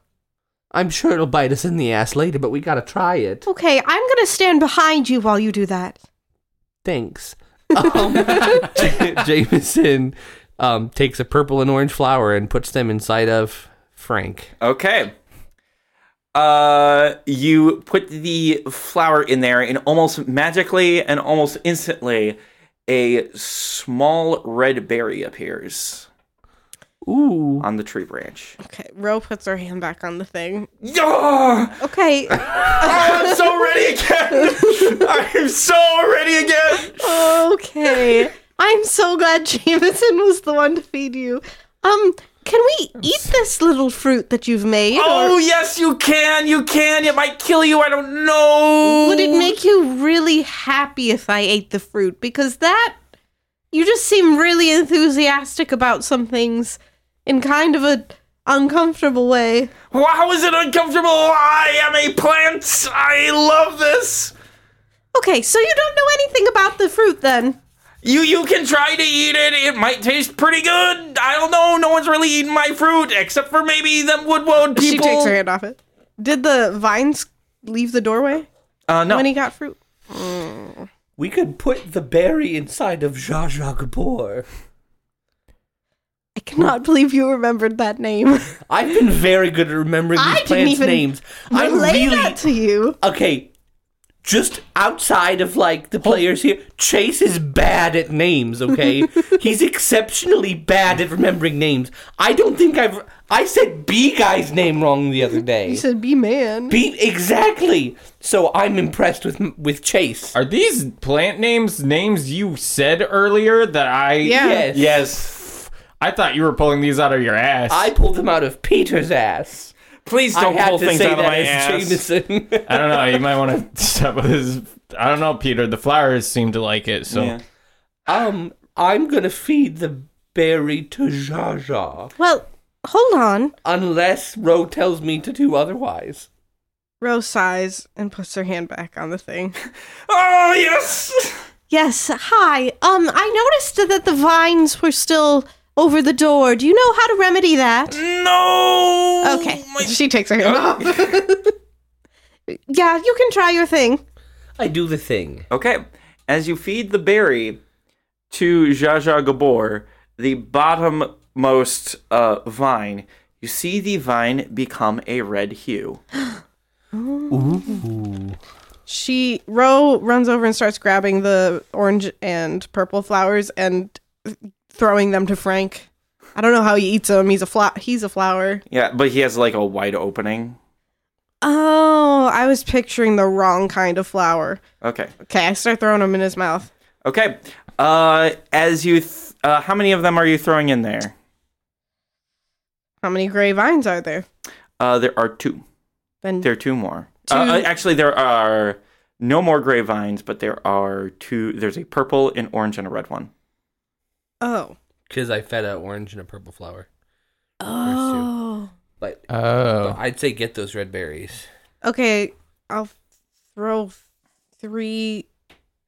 I'm sure it'll bite us in the ass later, but we gotta try it.
Okay, I'm gonna stand behind you while you do that.
Thanks. Um, Jameson um, takes a purple and orange flower and puts them inside of Frank.
Okay. Uh, you put the flower in there, and almost magically and almost instantly, a small red berry appears
Ooh.
on the tree branch.
Okay, Ro puts her hand back on the thing.
Yeah!
Okay,
I'm so ready again. I'm so ready again.
okay. I'm so glad Jameson was the one to feed you. Um, can we eat this little fruit that you've made?
Oh
or
yes, you can. You can. It might kill you. I don't know.
would it make you really happy if I ate the fruit? Because that. You just seem really enthusiastic about some things in kind of a uncomfortable way.
How is it uncomfortable? I am a plant. I love this.
Okay, so you don't know anything about the fruit then.
You you can try to eat it. It might taste pretty good. I don't know. No one's really eaten my fruit except for maybe them woodwood people.
She takes her hand off it. Did the vines leave the doorway
Uh, no.
when he got fruit?
We could put the berry inside of Zsa Zsa Gabor.
I cannot believe you remembered that name.
I've been very good at remembering
I didn't
these plants'
even
names.
I
I'm
relay
really
that to you.
okay. Just outside of like the players here, Chase is bad at names. Okay, he's exceptionally bad at remembering names. I don't think I've. I said B guy's name wrong the other day.
He said, "Be man."
Beat exactly. So I'm impressed with with Chase.
Are these plant names names you said earlier that I
Yeah.
Yes.
Yes. I thought you were pulling these out of your ass.
I pulled them out of Peter's ass.
Please
I
don't
had
pull
to
things
say
out of
that
my
as
ass.
Jameson.
I don't know. You might want to stop with this. I don't know, Peter. The flowers seem to like it, so
Yeah.
um, I'm gonna feed the berry to Zsa Zsa
Well, hold on.
unless Ro tells me to do otherwise.
Ro sighs and puts her hand back on the thing.
Oh yes.
Yes, hi. Um, I noticed that the vines were still over the door. Do you know how to remedy that?
No.
Okay.
She takes her hand off.
Yeah, you can try your thing.
I do the thing.
Okay. As you feed the berry to Zsa Zsa Gabor, the bottommost uh, vine, you see the vine become a red hue.
She Ro runs over and starts grabbing the orange and purple flowers and throwing them to Frank. I don't know how he eats them. He's a fla- he's a flower.
Yeah, but he has like a wide opening.
Oh, I was picturing the wrong kind of flower.
Okay.
Okay, I start throwing them in his mouth.
Okay. Uh, as you, th- uh, how many of them are you throwing in there?
How many gray vines are there?
Uh, there are two.
Then
There are two more.
Two-
Uh, Uh, actually, there are no more gray vines, but there are two. There's a purple, an orange, and a red one.
oh
Because I fed an orange and a purple flower.
oh
But, but
Oh.
I'd say get those red berries.
okay. I'll throw three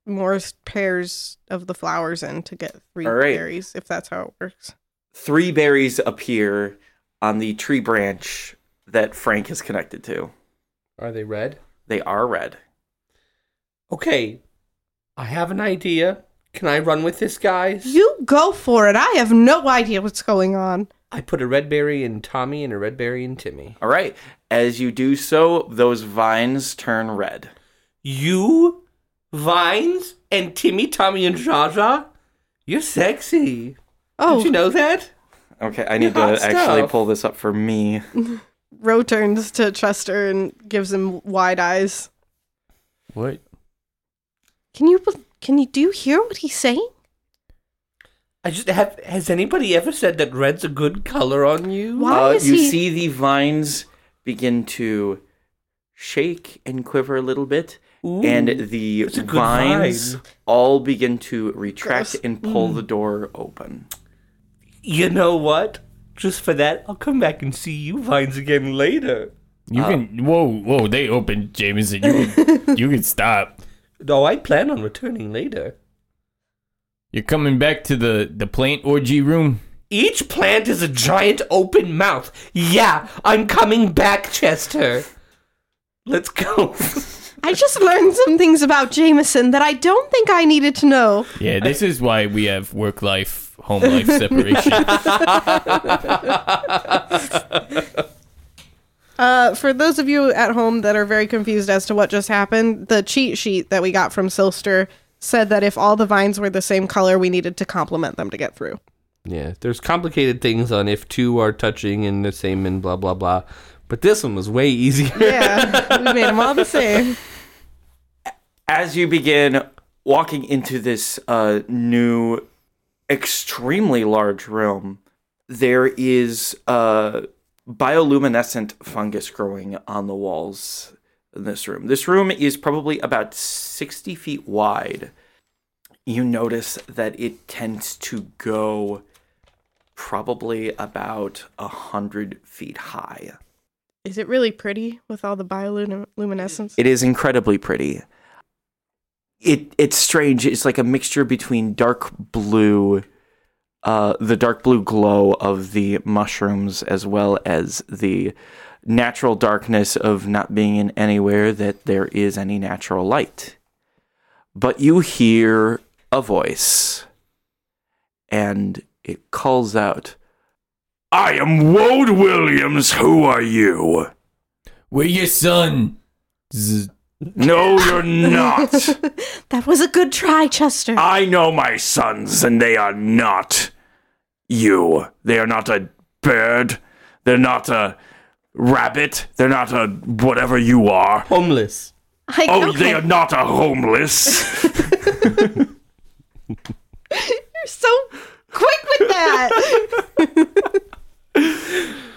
more s- pairs of the flowers in to get three
All right.
berries, if that's how it works.
Three berries appear on the tree branch that Frank is connected to.
Are they red?
They are red.
Okay. I have an idea. Can I run with this, guys?
You go for it. I have no idea what's going on.
I put a red berry in Tommy and a red berry in Timmy.
All right. As you do so, those vines turn red.
You, Vines, and Timmy, Tommy, and Jaja? You're sexy.
Oh,
Did you know that?
Okay, I need
Hot
to actually
stuff.
pull this up for me.
Ro turns to Chester and gives him wide eyes.
What?
Can you bel- can you do you hear what he's saying?
I just have. Has anybody ever said that red's a good color on you?
Why
uh,
is
you
he?
see the vines begin to shake and quiver a little bit, and the
that's a good
vines
vine.
all begin to retract
Gross.
and
Mm.
pull the door open.
You know what? Just for that, I'll come back and see you, Vines, again later.
You can. Whoa, whoa! They opened, Jameson. You, can- you can stop.
No, I plan on returning later.
You're coming back to the the plant orgy room.
Each plant is a giant open mouth. Yeah, I'm coming back, Chester. Let's go.
I just learned some things about Jameson that I don't think I needed to know.
Yeah, this is why we have work life, home life separation.
Uh, for those of you at home that are very confused as to what just happened, the cheat sheet that we got from Silster said that if all the vines were the same color, we needed to complement them to get through.
yeah, there's complicated things on if two are touching and the same and blah, blah, blah. But this one was way easier.
Yeah, we made them all the same.
As you begin walking into this uh, new, extremely large room, there is uh, bioluminescent fungus growing on the walls in this room. This room is probably about 60 feet wide. You notice that it tends to go probably about 100 feet high.
Is it really pretty with all the bioluminescence?
It is incredibly pretty. It it's strange. It's like a mixture between dark blue, uh, the dark blue glow of the mushrooms, as well as the natural darkness of not being in anywhere that there is any natural light. But you hear a voice, and it calls out, "I am Wode Williams. Who are you?"
We're your son. Zzz.
No, you're not.
That was a good try, Chester.
I know my sons, and they are not you. They are not a bird. They're not a rabbit. They're not a whatever you are.
Homeless.
I,
Oh,
okay,
they are not a homeless.
you're so quick with that.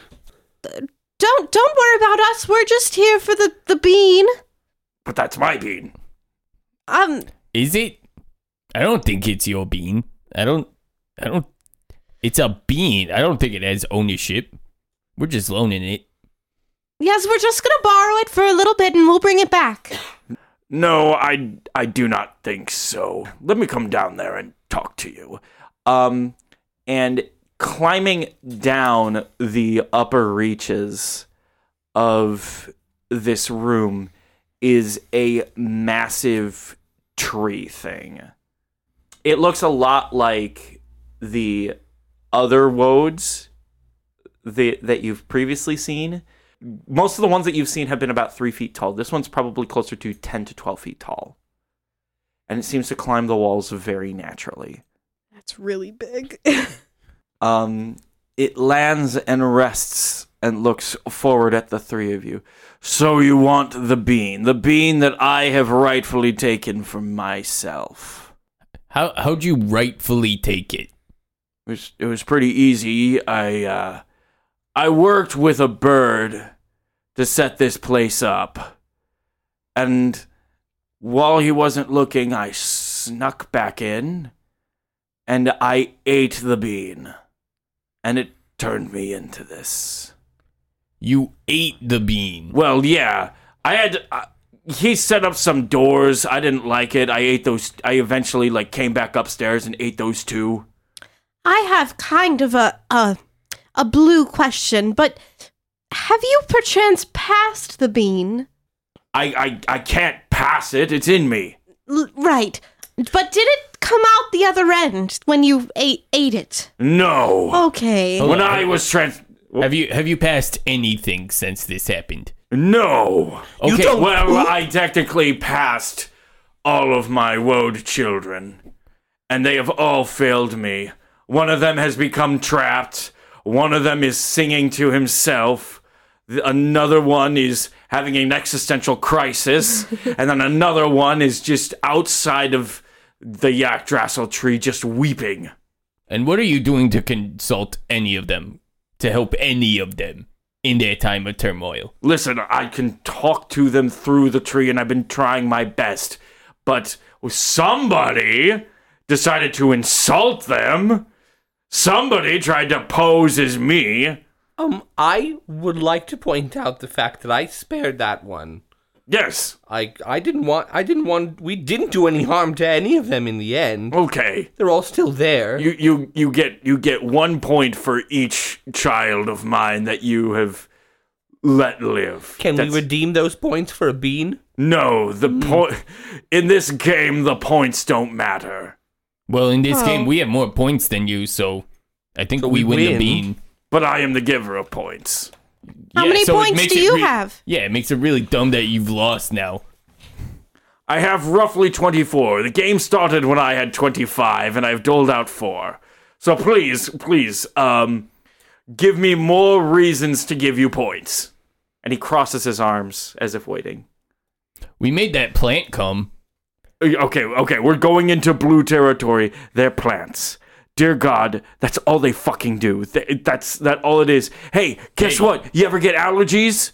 don't don't worry about us. We're just here for the the bean.
but that's my bean.
Um,
Is it? I don't think it's your bean. I don't. I don't. It's a bean. I don't think it has ownership. We're just loaning it.
yes, we're just gonna borrow it for a little bit and we'll bring it back.
No, I I do not think so. Let me come down there and talk to you. Um and climbing down the upper reaches of this room is a massive tree thing. It looks a lot like the other wodes the, that you've previously seen most of the ones that you've seen have been about three feet tall. This one's probably closer to 10 to 12 feet tall. And it seems to climb the walls very naturally.
That's really big.
Um, it lands and rests and looks forward at the three of you. So you want the bean, the bean that I have rightfully taken for myself.
How how'd you rightfully take
It
it?
was, it was pretty easy. I uh, I worked with a bird to set this place up, and while he wasn't looking, I snuck back in, and I ate the bean, and it turned me into this.
You ate the bean.
Well, yeah, I had. Uh, he set up some doors. I didn't like it. I ate those. I eventually like came back upstairs and ate those two.
I have kind of a a a blue question, but have you perchance passed the bean?
I, I, I can't pass it. It's in me.
L- right. But did it come out the other end when you ate ate it?
No.
Okay.
When I was trans.
Have you have you passed anything since this happened?
No.
You Okay. don't
well, I technically passed all of my woed children, and they have all failed me. One of them has become trapped. One of them is singing to himself. The- Another one is having an existential crisis, and then another one is just outside of the yak drassel tree, just weeping.
And what are you doing to consult any of them? To help any of them in their time of turmoil?
Listen, I can talk to them through the tree, and I've been trying my best, but somebody decided to insult them. Somebody tried to pose as me.
Um, I would like to point out the fact that I spared that one.
Yes,
I I didn't want I didn't want we didn't do any harm to any of them in the end.
okay.
They're all still there.
You you you get you get one point for each child of mine that you have let live.
Can
That's-
we Hmm. redeem those points for a bean?
No, the point in this game the points don't matter.
Well, in this
Oh.
game, we have more points than you, so I think
So
we,
we
win, the
win.
bean.
But I am the giver of points.
How
Yeah,
many
so it
points
makes
do
it
you
re-
have?
Yeah, it makes it really dumb that you've lost now.
I have roughly 24. The game started when I had 25, and I've doled out four. So please, please, um, give me more reasons to give you points. And he crosses his arms as if waiting.
We made that plant come.
Uh, Okay, okay, we're going into blue territory. They're plants. Dear God, that's all they fucking do. Th- That's that all it is. Hey, guess
Hey.
what? You ever get allergies?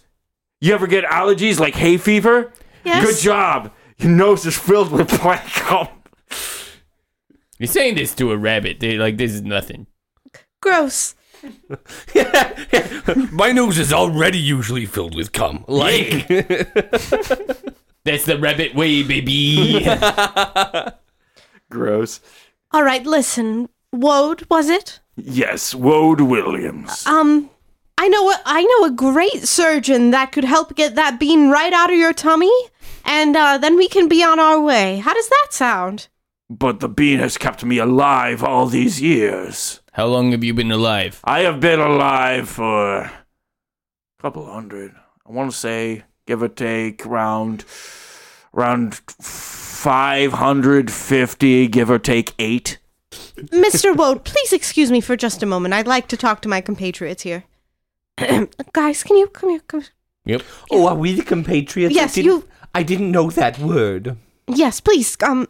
You ever get allergies like hay fever?
Yes.
Good job. Your nose is filled with plant cum.
You're saying this to a rabbit. They like this is nothing.
Gross.
My nose is already usually filled with cum. Like
That's the rabbit way, baby.
Gross.
All right, listen. Woad, was it?
Yes, Wode Williams.
Um I know a, I know a great surgeon that could help get that bean right out of your tummy and uh, then we can be on our way. How does that sound?
but the bean has kept me alive all these years.
How long have you been alive?
I have been alive for a couple hundred. I want to say, give or take, round, round 550, give or take eight.
Mr. Woad, please excuse me for just a moment. I'd like to talk to my compatriots here. Guys, can you come here? Come.
Yep.
Oh, are we the compatriots?
Yes,
I didn't,
you-
I didn't know that word.
Yes, please. Um,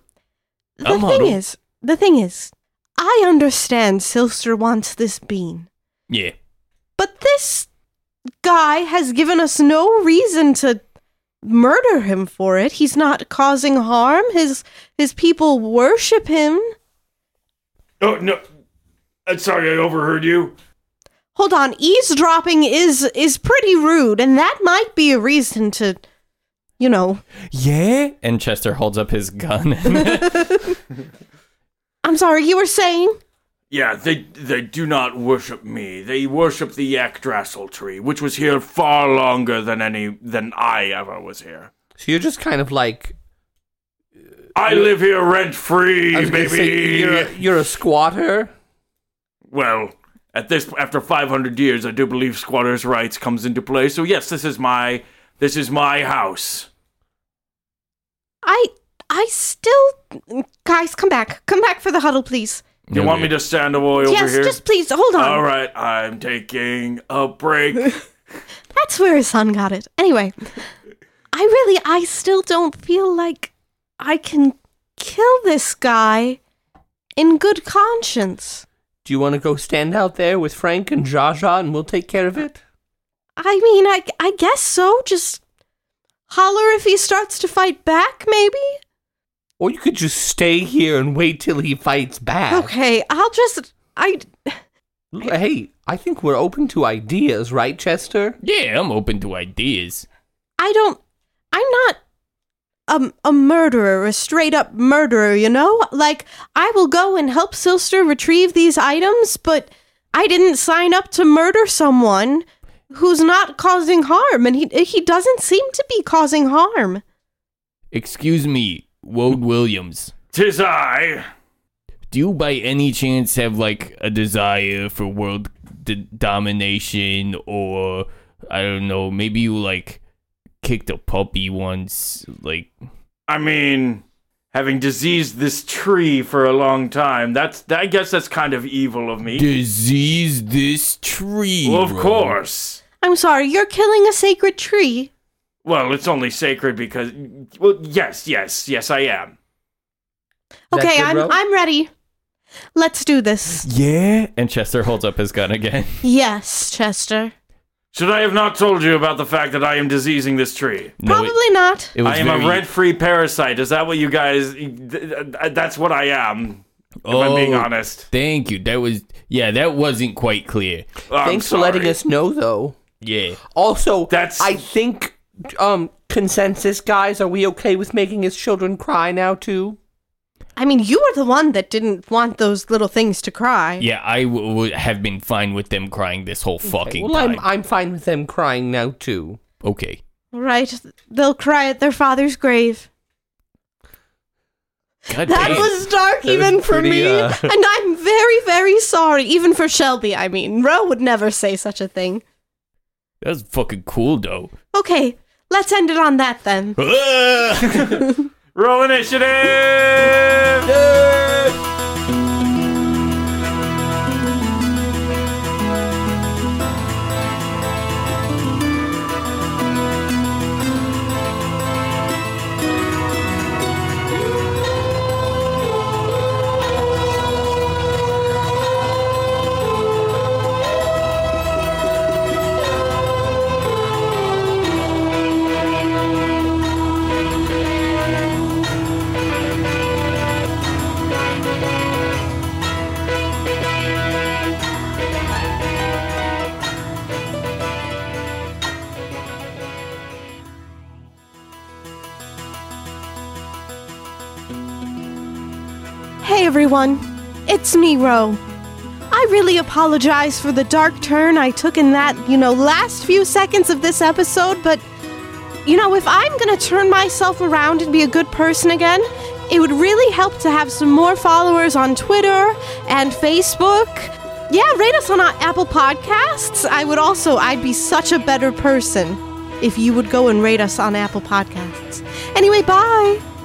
the
I'm
thing
Huddle.
is, the thing is, I understand Silster wants this bean,
Yeah.
but this guy has given us no reason to murder him for it. He's not causing harm. His his people worship him.
Oh, no. I'm sorry, I overheard you.
Hold on, eavesdropping is is pretty rude, and that might be a reason to, you know.
Yeah?
And Chester holds up his gun.
I'm sorry, you were saying?
Yeah, they they do not worship me. They worship the Yakdrassel tree, which was here far longer than any than I ever was here.
So you're just kind of like
I live here rent
I
free,
was gonna
baby.
say, you're, a, you're a squatter.
well, at this after 500 years, I do believe squatters' rights comes into play. So yes, this is my this is my house.
I I still guys, come back. Come back for the huddle, please.
You want me to stand away over
yes,
here?
just please hold on.
All right, I'm taking a break.
That's where his son got it. Anyway, I really, I still don't feel like I can kill this guy in good conscience.
Do you want to go stand out there with Frank and Jaja and we'll take care of it?
I mean, I, I guess so. Just holler if he starts to fight back, maybe?
Or you could just stay here and wait till he fights back.
Okay, I'll just. I.
Hey, I think we're open to ideas, right, Chester?
Yeah, I'm open to ideas.
I don't. I'm not um, a murderer, a straight up murderer, you know? Like, I will go and help Silster retrieve these items, but I didn't sign up to murder someone who's not causing harm, and he, he doesn't seem to be causing harm.
Excuse me, Wode Williams.
Tis I.
Do you by any chance have like a desire for world d- domination or I don't know, maybe you like kicked a puppy once like
I mean, having diseased this tree for a long time, that's I guess that's kind of evil of me.
disease this tree.
Well, of
bro.
course.
I'm sorry, you're killing a sacred tree.
Well, it's only sacred because well, yes, yes, yes I am.
that
Okay,
good,
I'm,
Rob?
I'm ready. Let's do this.
Yeah.
And Chester holds up his gun again.
Yes, Chester.
Should I have not told you about the fact that I am diseasing this tree?
No, it-
Probably not.
it was
I am
very-
a rent-free parasite. Is that what you guys? th- th- That's what I am. If I'm being
Oh,
honest.
Thank you. That was yeah, that wasn't quite clear.
I'm
Thanks for letting
sorry.
us know, though.
Yeah.
Also,
That's-
I think um consensus guys, are we okay with making his children cry now too?
I mean, you were the one that didn't want those little things to cry.
Yeah, I w- would have been fine with them crying this whole fucking
well,
time.
I'm I'm fine with them crying now too.
okay.
Right. They'll cry at their father's grave.
God
That
damn.
was dark
was
even for
pretty,
me.
uh,
And I'm very, very sorry. Even for Shelby, I mean. Ro would never say such a thing.
that was fucking cool though.
Okay, let's end it on that then.
Roll initiative.
Hey everyone, it's me, Ro. I really apologize for the dark turn I took in that, you know, last few seconds of this episode, but you know, if I'm gonna turn myself around and be a good person again, it would really help to have some more followers on Twitter and Facebook. Yeah, rate us on our Apple Podcasts. I would also, I'd be such a better person if you would go and rate us on Apple Podcasts. Anyway, bye.